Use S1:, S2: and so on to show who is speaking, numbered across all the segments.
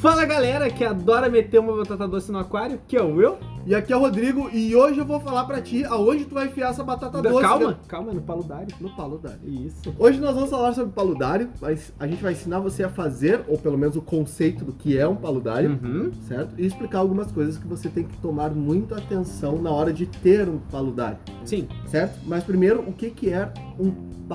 S1: Fala galera que adora meter uma batata doce no aquário, que é o eu.
S2: E aqui é o Rodrigo e hoje eu vou falar pra ti aonde tu vai enfiar essa batata
S1: Da-
S2: doce.
S1: calma, calma, no paludário.
S2: No paludário.
S1: Isso.
S2: Hoje nós vamos falar sobre paludário, mas a gente vai ensinar você a fazer, ou pelo menos o conceito do que é um paludário,
S1: Uhum.
S2: certo? E explicar algumas coisas que você tem que tomar muita atenção na hora de ter um paludário,
S1: Sim.
S2: certo? Mas primeiro, o que que é um paludário?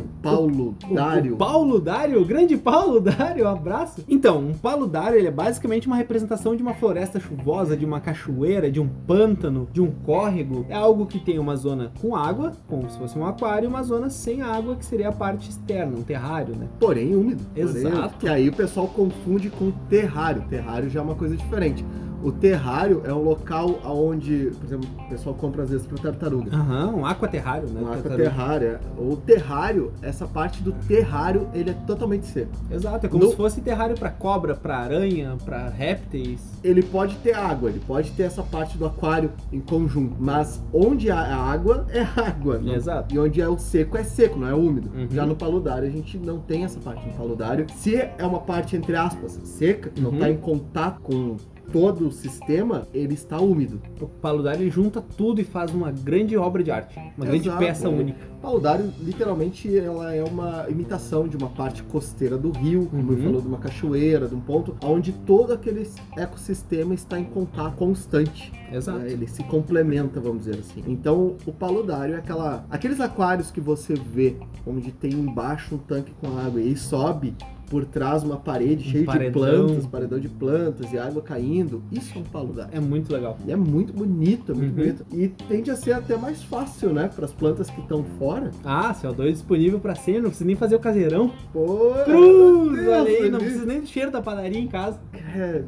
S1: O,
S2: Paludário.
S1: o Paulo Dário, o grande Paulo Dário, um abraço. Então, um Paulo Dário ele é basicamente uma representação de uma floresta chuvosa, de uma cachoeira, de um pântano, de um córrego. É algo que tem uma zona com água, como se fosse um aquário, e uma zona sem água, que seria a parte externa, um terrário, né?
S2: Porém úmido.
S1: Exato.
S2: Porém, que aí o pessoal confunde com terrário. Terrário já é uma coisa diferente. O terrário é um local onde, por exemplo, o pessoal compra às vezes para tartaruga.
S1: Aham, um aquaterrário, né?
S2: Uma
S1: Tartaruga.
S2: terrário. é- O terrário, essa parte do terrário, ele é totalmente seco.
S1: Exato, é como
S2: No-
S1: se fosse terrário pra cobra, pra aranha, pra répteis.
S2: Ele pode ter água, ele pode ter essa parte do aquário em conjunto, mas onde há água, é água. não-
S1: Exato.
S2: E onde é o seco, é seco, não é úmido.
S1: Uhum.
S2: Já no paludário, a gente não tem essa parte no paludário. Se é uma parte, entre aspas, seca, que não
S1: Uhum.
S2: está em contato com todo o sistema, ele está úmido.
S1: O paludário ele junta tudo e faz uma grande obra de arte, uma grande
S2: Exato,
S1: peça
S2: né?
S1: única.
S2: Paludário, literalmente, ela é uma imitação de uma parte costeira do rio, como
S1: Uhum.
S2: ele falou, de uma cachoeira, de um ponto, onde todo aquele ecossistema está em contato constante.
S1: Exato.
S2: né, Ele se complementa, vamos dizer assim. Então, o paludário é aquela, aqueles aquários que você vê, onde tem embaixo um tanque com água e sobe por trás uma parede
S1: Um
S2: cheia de
S1: paredão.
S2: plantas, paredão de plantas e água caindo. Isso é um paludário.
S1: É muito legal.
S2: E é muito bonito, é muito
S1: Uhum.
S2: bonito. E tende a ser até mais fácil, né? Para as plantas que estão fora.
S1: Ah, CO2 disponível pra sempre, não precisa nem fazer o caseirão.
S2: Pô,
S1: Cruz,
S2: Deus,
S1: olha aí, não
S2: É. Deus.
S1: precisa nem do cheiro da padaria em casa.
S2: é,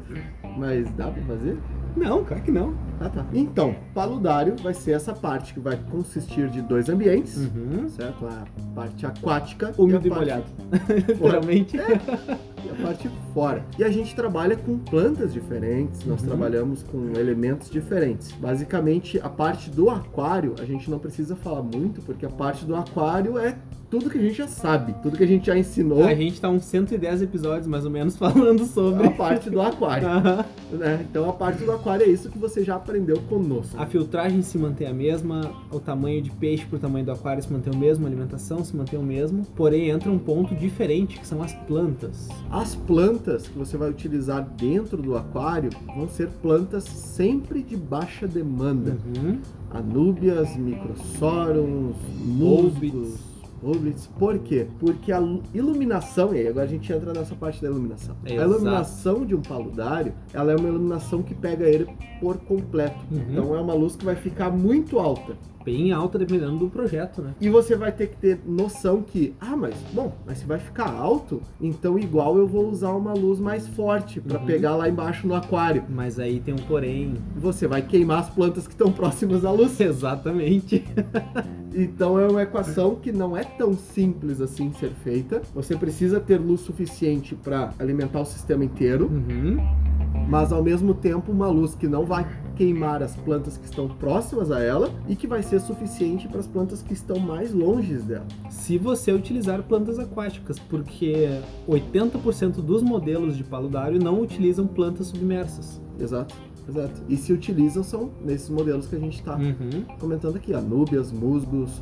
S2: mas dá para fazer?
S1: Não, claro que não.
S2: Ah, tá. Então, paludário vai ser essa parte que vai consistir de dois ambientes.
S1: Uhum.
S2: certo? A parte aquática
S1: Úmido e,
S2: e a parte, É,
S1: molhado. Literalmente.
S2: e a parte fora. E a gente trabalha com plantas diferentes, nós
S1: Uhum.
S2: trabalhamos com elementos diferentes. Basicamente, a parte do aquário, a gente não precisa falar muito, porque a parte do aquário é tudo que a gente já sabe, tudo que a gente já ensinou.
S1: A gente tá uns 110 episódios mais ou menos falando sobre.
S2: A parte do aquário,
S1: Aham.
S2: né? Então a parte do aquário é isso que você já aprendeu conosco.
S1: A filtragem se mantém a mesma, o tamanho de peixe pro tamanho do aquário se mantém o mesmo, a alimentação se mantém o mesmo, porém entra um ponto diferente, que são as plantas.
S2: As plantas que você vai utilizar dentro do aquário vão ser plantas sempre de baixa demanda.
S1: Uhum.
S2: Anúbias, Microsorums,
S1: Hobbits.
S2: Musgos, Hobbits. Por quê? Porque a lu- iluminação, e aí agora a gente entra nessa parte da iluminação.
S1: Exato.
S2: A iluminação de um paludário, ela é uma iluminação que pega ele por completo.
S1: Uhum.
S2: Então é uma luz que vai ficar muito alta.
S1: Bem alta dependendo do projeto, né?
S2: E você vai ter que ter noção que, ah, mas bom, mas se vai ficar alto, então igual eu vou usar uma luz mais forte para
S1: Uhum.
S2: pegar lá embaixo no aquário.
S1: Mas aí tem um porém.
S2: E Você vai queimar as plantas que estão próximas à luz.
S1: Exatamente.
S2: Então é uma equação que não é tão simples assim ser feita. Você precisa ter luz suficiente para alimentar o sistema inteiro,
S1: Uhum.
S2: mas ao mesmo tempo uma luz que não vai queimar as plantas que estão próximas a ela e que vai ser suficiente para as plantas que estão mais longe dela.
S1: Se você utilizar plantas aquáticas, porque 80% dos modelos de paludário não utilizam plantas submersas.
S2: Exato. Exato. E se utilizam são nesses modelos que a gente está
S1: Uhum.
S2: comentando aqui: anúbias, musgos,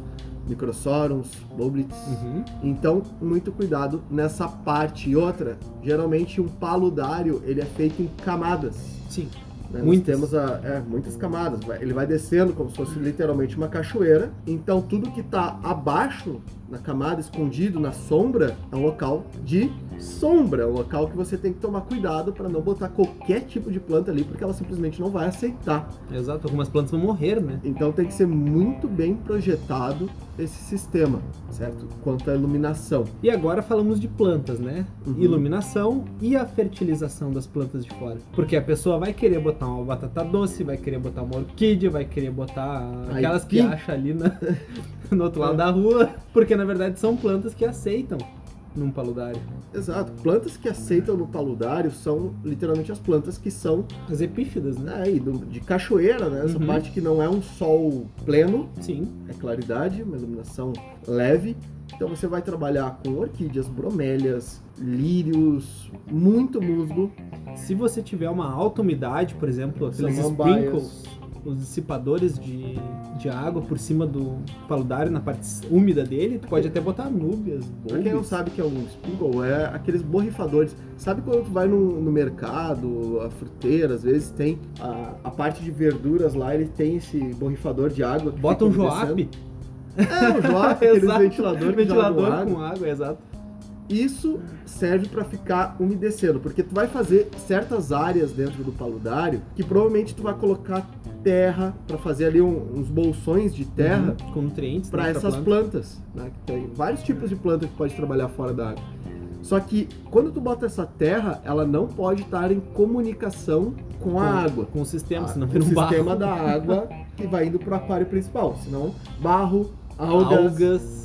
S2: microsorums, boblitz.
S1: Uhum.
S2: Então, muito cuidado nessa parte. E outra, geralmente um paludário ele é feito em camadas.
S1: Sim.
S2: né? Nós
S1: Muitas.
S2: temos a- é, muitas camadas. Vai- Ele vai descendo como se fosse literalmente uma cachoeira. Então, tudo que está abaixo na camada, escondido na sombra, é um local de sombra. É um local que você tem que tomar cuidado para não botar qualquer tipo de planta ali, porque ela simplesmente não vai aceitar.
S1: Exato. Algumas plantas vão morrer, né?
S2: Então tem que ser muito bem projetado esse sistema, certo? Quanto à iluminação.
S1: E agora falamos de plantas, né?
S2: Uhum.
S1: Iluminação e a fertilização das plantas de fora. Porque a pessoa vai querer botar uma batata doce, vai querer botar uma orquídea, vai querer botar
S2: Aipim. É.
S1: aquelas que acha ali na- no outro lado da rua. Porque na verdade são plantas que aceitam num paludário.
S2: Exato. Plantas que aceitam no paludário são literalmente as plantas que são
S1: As epífidas, né?
S2: né, aí do- de cachoeira, né? Essa
S1: Uhum.
S2: parte que não é um sol pleno,
S1: Sim.
S2: é claridade, uma iluminação leve. Então você vai trabalhar com orquídeas, bromélias, lírios, muito musgo,
S1: Se você tiver uma alta umidade, por exemplo,
S2: é
S1: aqueles
S2: Samambaias.
S1: sprinkles, os dissipadores de, de água por cima do paludário, na parte úmida dele, tu pode até botar núbias,
S2: Pra quem não
S1: bulbs.
S2: sabe que é um spingle, é aqueles borrifadores. Sabe quando tu vai no, no mercado, a fruteira, às vezes tem a, a parte de verduras lá, ele tem esse borrifador de água. que
S1: Bota um
S2: fica
S1: joap,
S2: descendo. É, um joap, aquele
S1: Exato,
S2: ventilador que joga
S1: ventilador
S2: água.
S1: com água, exato.
S2: Isso serve para ficar umedecendo, porque tu vai fazer certas áreas dentro do paludário que provavelmente tu vai colocar terra para fazer ali um- uns bolsões de terra
S1: Uhum, com nutrientes
S2: para
S1: né, pra
S2: essas
S1: planta.
S2: plantas, né? Que tem vários tipos de planta que pode trabalhar fora da água. Só que quando tu bota essa terra, ela não pode estar em comunicação com a
S1: Com-
S2: água.
S1: com o sistema,
S2: Ah,
S1: senão
S2: o
S1: vira um barro.
S2: sistema da água que vai indo para o aquário principal, senão barro, algas,
S1: algas.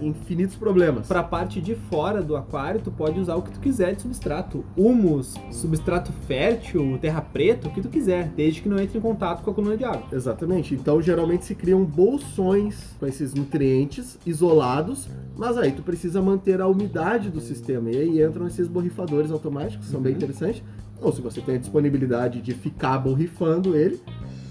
S2: infinitos problemas.
S1: Pra parte de fora do aquário, tu pode usar o que tu quiser de substrato. Humus, substrato fértil, terra preta, o que tu quiser, desde que não entre em contato com a coluna de água.
S2: Exatamente. Então, geralmente se criam bolsões com esses nutrientes isolados, mas aí tu precisa manter a umidade do sistema. E aí entram esses borrifadores automáticos, que são bem
S1: Uhum.
S2: interessantes. Ou se você tem a disponibilidade de ficar borrifando ele,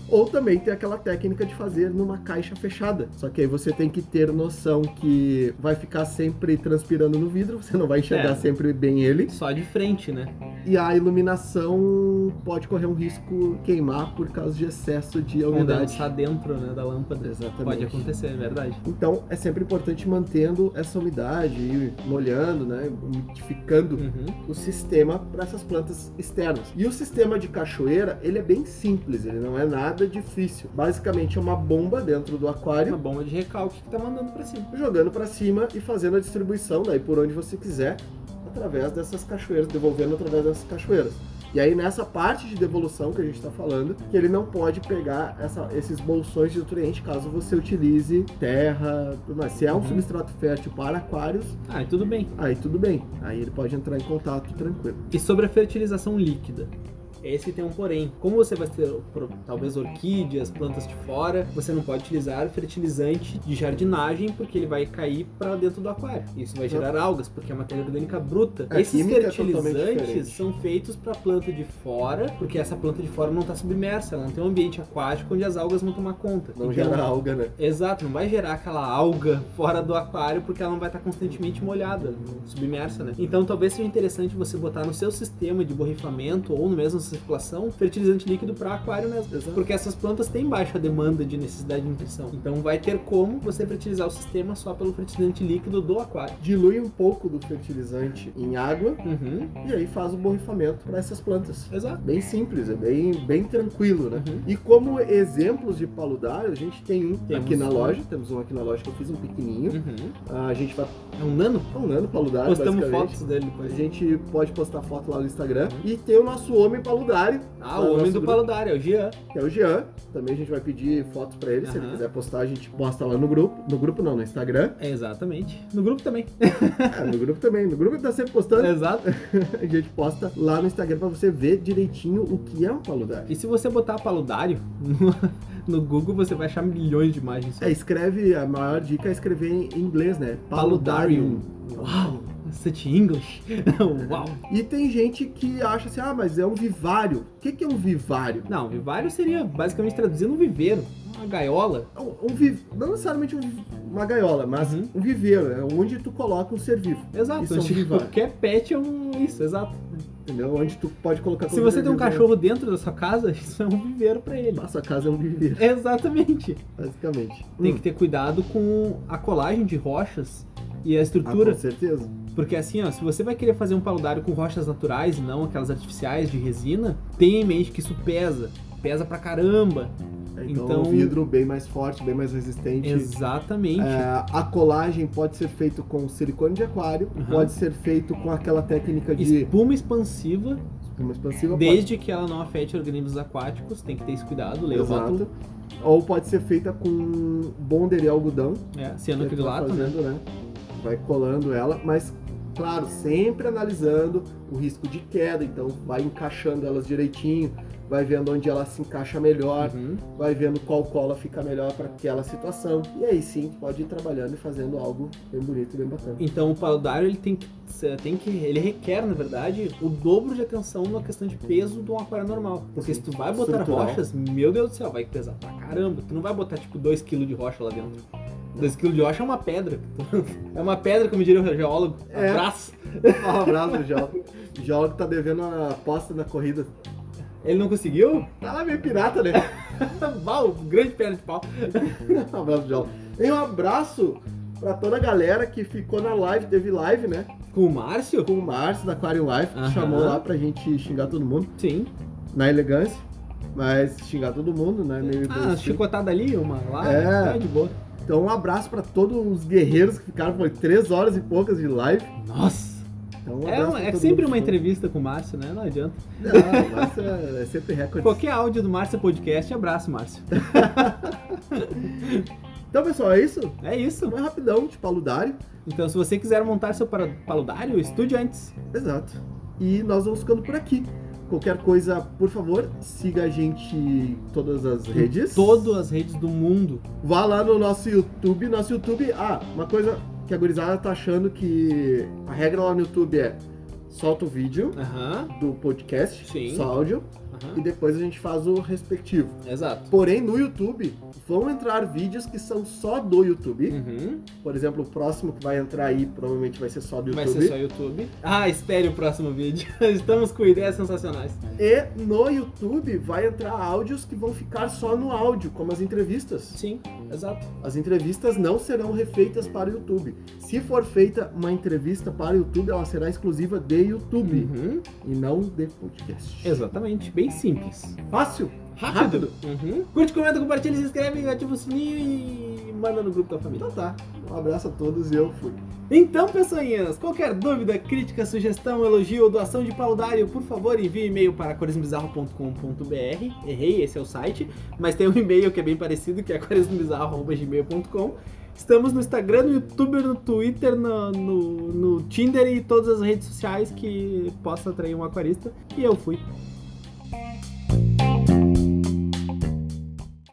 S2: ou também tem aquela técnica de fazer numa caixa fechada. Só que aí você tem que ter noção que vai ficar sempre transpirando no vidro, você não vai enxergar
S1: É.
S2: sempre bem ele.
S1: Só de frente, né?
S2: E a iluminação pode correr um risco queimar por causa de excesso de
S1: Quando ela
S2: umidade.
S1: está dentro né, da lâmpada.
S2: É Exatamente.
S1: Pode acontecer, é verdade.
S2: Então é sempre importante mantendo essa umidade e molhando, né, umidificando
S1: Uhum.
S2: o sistema para essas plantas externas. E o sistema de cachoeira, ele é bem simples, ele não é nada difícil. Basicamente é uma bomba dentro do
S1: É Uma
S2: aquário,
S1: bomba de recalque que tá mandando pra cima.
S2: jogando para cima e fazendo a distribuição daí por onde você quiser, através dessas cachoeiras, devolvendo através dessas cachoeiras. E aí nessa parte de devolução que a gente está falando, que ele não pode pegar essa- esses bolsões de nutriente caso você utilize terra, tudo mais. Se é um
S1: Uhum.
S2: substrato fértil para aquários,
S1: Ah, e tudo bem.
S2: aí tudo bem. Aí ele pode entrar em contato tranquilo.
S1: E sobre a fertilização líquida? Esse tem um porém. Como você vai ter pro- talvez orquídeas, plantas de fora, você não pode utilizar fertilizante de jardinagem porque ele vai cair para dentro do aquário. Isso vai gerar algas, porque é matéria orgânica bruta.
S2: A
S1: Esses
S2: química é totalmente
S1: fertilizantes
S2: diferente.
S1: são feitos para planta de fora, porque essa planta de fora não está submersa, ela não tem um ambiente aquático onde as algas vão tomar conta.
S2: Não
S1: Então,
S2: gera alga, né?
S1: Exato, não vai gerar aquela alga fora do aquário porque ela não vai estar constantemente molhada, submersa, né? Então talvez seja interessante você botar no seu sistema de borrifamento ou no mesmo circulação fertilizante líquido para aquário mesmo.
S2: Exato.
S1: Porque essas plantas têm baixa demanda de necessidade de nutrição. Então vai ter como você fertilizar o sistema só pelo fertilizante líquido do aquário.
S2: Dilui um pouco do fertilizante em água
S1: Uhum,
S2: e aí faz o borrifamento para essas plantas.
S1: exato.
S2: Bem simples, é bem, bem tranquilo, né?
S1: Uhum.
S2: E como exemplos de paludário, a gente tem um
S1: Temos
S2: aqui na
S1: um.
S2: loja, temos um aqui na loja que eu fiz um pequenininho. Ah,
S1: Uhum.
S2: A gente vai
S1: É um nano?
S2: falando paludário,
S1: Postamos
S2: basicamente.
S1: fotos dele
S2: A
S1: depois.
S2: gente pode postar foto lá no Instagram. E tem o nosso homem paludário,
S1: Ah,
S2: Lá no
S1: o homem
S2: nosso
S1: do
S2: grupo.
S1: paludário, é o Jean.
S2: que é o Jean. Também a gente vai pedir fotos pra ele. Se ele
S1: Aham.
S2: quiser postar, a gente posta lá no grupo. No grupo não, no Instagram.
S1: É, exatamente. No grupo também.
S2: Ah, no grupo também. No grupo ele tá sempre postando.
S1: Exato.
S2: A gente posta lá no Instagram pra você ver direitinho o que é um paludário.
S1: E se você botar paludário no, no Google, você vai achar milhões de imagens.
S2: É, escreve, a maior dica é escrever em inglês, né?
S1: Paludarium.
S2: Uau!
S1: Such English? Uau!
S2: E tem gente que acha assim, ah, mas é um vivário. O que, que é um vivário?
S1: Não, vivário seria basicamente traduzindo um viveiro, uma gaiola.
S2: Um, um vi- Não necessariamente um- uma gaiola, mas
S1: Uhum.
S2: um viveiro. É onde tu coloca um ser vivo,
S1: Exato.
S2: Isso é um
S1: onde
S2: vivário.
S1: Qualquer pet é um. Isso, exato.
S2: entendeu? Onde tu pode colocar...
S1: Se
S2: todo
S1: você
S2: ser
S1: tem um
S2: vivo, né?
S1: cachorro dentro da sua casa, isso é um viveiro pra ele.
S2: A sua casa é um viveiro,
S1: Exatamente.
S2: basicamente.
S1: Tem
S2: Hum,
S1: que ter cuidado com a colagem de rochas e a
S2: ah,
S1: estrutura.
S2: com certeza.
S1: Porque assim, ó, se você vai querer fazer um paludário com rochas naturais e não aquelas artificiais de resina, tenha em mente que isso pesa. Pesa pra caramba.
S2: Então,
S1: Então-
S2: um vidro bem mais forte, bem mais resistente.
S1: Exatamente.
S2: É, a colagem pode ser feito com silicone de aquário,
S1: Uhum.
S2: pode ser feito com aquela técnica É, de
S1: Espuma expansiva,
S2: espuma expansiva,
S1: desde que ela não afete organismos aquáticos, tem que ter esse cuidado,
S2: pode,
S1: leia o rótulo.
S2: exato, ou pode ser feita com bonder e algodão,
S1: É,
S2: que tu vai
S1: cianocrilato, né?
S2: fazendo, né? Vai colando ela, mas claro, sempre analisando o risco de queda, então vai encaixando elas direitinho. vai vendo onde ela se encaixa melhor,
S1: Uhum.
S2: vai vendo qual cola fica melhor para aquela situação. E aí sim, tu pode ir trabalhando e fazendo algo bem bonito, bem bacana.
S1: Então o paludário ele tem que, cê tem que ele requer na verdade o dobro de atenção numa questão de peso de um aquário normal, porque se tu vai botar
S2: Estrutural.
S1: rochas, meu Deus do céu, vai pesar pra caramba. Tu não vai botar tipo 2 kg de rocha lá dentro. 2 kg de rocha é uma pedra. É uma pedra, como diria o geólogo.
S2: É.
S1: Abraço.
S2: Um abraço pro Geólogo. O Geólogo tá devendo a aposta na corrida.
S1: Ele não conseguiu?
S2: Tá lá meio pirata, né?
S1: Val, grande perna de pau.
S2: Um abraço, Geólogo. E um abraço pra toda a galera que ficou na live, teve live, né?
S1: Com o Márcio?
S2: Com o Márcio da Aquarium Life, que
S1: Aham.
S2: chamou lá pra gente xingar todo mundo.
S1: Sim.
S2: Na elegância, mas xingar todo mundo, né? Meio
S1: Ah,
S2: bom estilo.
S1: chicotada ali, uma lá.
S2: É.
S1: tá de boa.
S2: Então um abraço pra todos os guerreiros que ficaram por três horas e poucas de live.
S1: Nossa.
S2: Então, um
S1: É,
S2: abraço
S1: um-
S2: pra
S1: é
S2: todo
S1: sempre
S2: mundo
S1: uma
S2: que
S1: entrevista com o Márcio, né? Não adianta.
S2: ficou. Não, o Márcio é, é sempre recorde.
S1: Qualquer áudio do Márcio Podcast, abraço, Márcio.
S2: Então, pessoal, é isso.
S1: É isso.
S2: Então é rapidão, de paludário.
S1: Então, se você quiser montar seu para- paludário, estude antes.
S2: Exato. E nós vamos ficando por aqui. Qualquer coisa, por favor, siga a gente em todas as redes.
S1: Todas as redes do mundo.
S2: Vá lá no nosso YouTube. Nosso YouTube. Ah, uma coisa que a gurizada tá achando que a regra lá no YouTube é solta o vídeo
S1: Aham,
S2: do podcast,
S1: Sim.
S2: só áudio,
S1: aham.
S2: e depois a gente faz o respectivo.
S1: Exato.
S2: Porém, no YouTube vão entrar vídeos que são só do YouTube.
S1: Uhum.
S2: Por exemplo, o próximo que vai entrar aí provavelmente vai ser só do
S1: Vai
S2: YouTube.
S1: ser só YouTube. Ah, espere o próximo vídeo. Estamos com ideias sensacionais.
S2: E no YouTube vai entrar áudios que vão ficar só no áudio, como as entrevistas.
S1: Sim, exato.
S2: As entrevistas não serão refeitas para o YouTube. Se for feita uma entrevista para o YouTube, ela será exclusiva de YouTube
S1: Uhum.
S2: e não de podcast.
S1: Exatamente. Bem simples.
S2: Fácil?
S1: Rápido. Uhum. Curte, comenta, compartilha, se inscreve, ativa o sininho e manda no grupo da família.
S2: Então tá. Um abraço a todos e eu fui.
S1: Então, pessoinhas, qualquer dúvida, crítica, sugestão, elogio ou doação de paludário, por favor, envie e-mail para aquarismobizarro.com.br. Errei, esse é o site, mas tem um e-mail que é bem parecido, que é aquarismobizarro.gmail.com. Estamos no Instagram, no YouTube, no Twitter, no, no- no Tinder e todas as redes sociais que possa atrair um aquarista. E eu fui.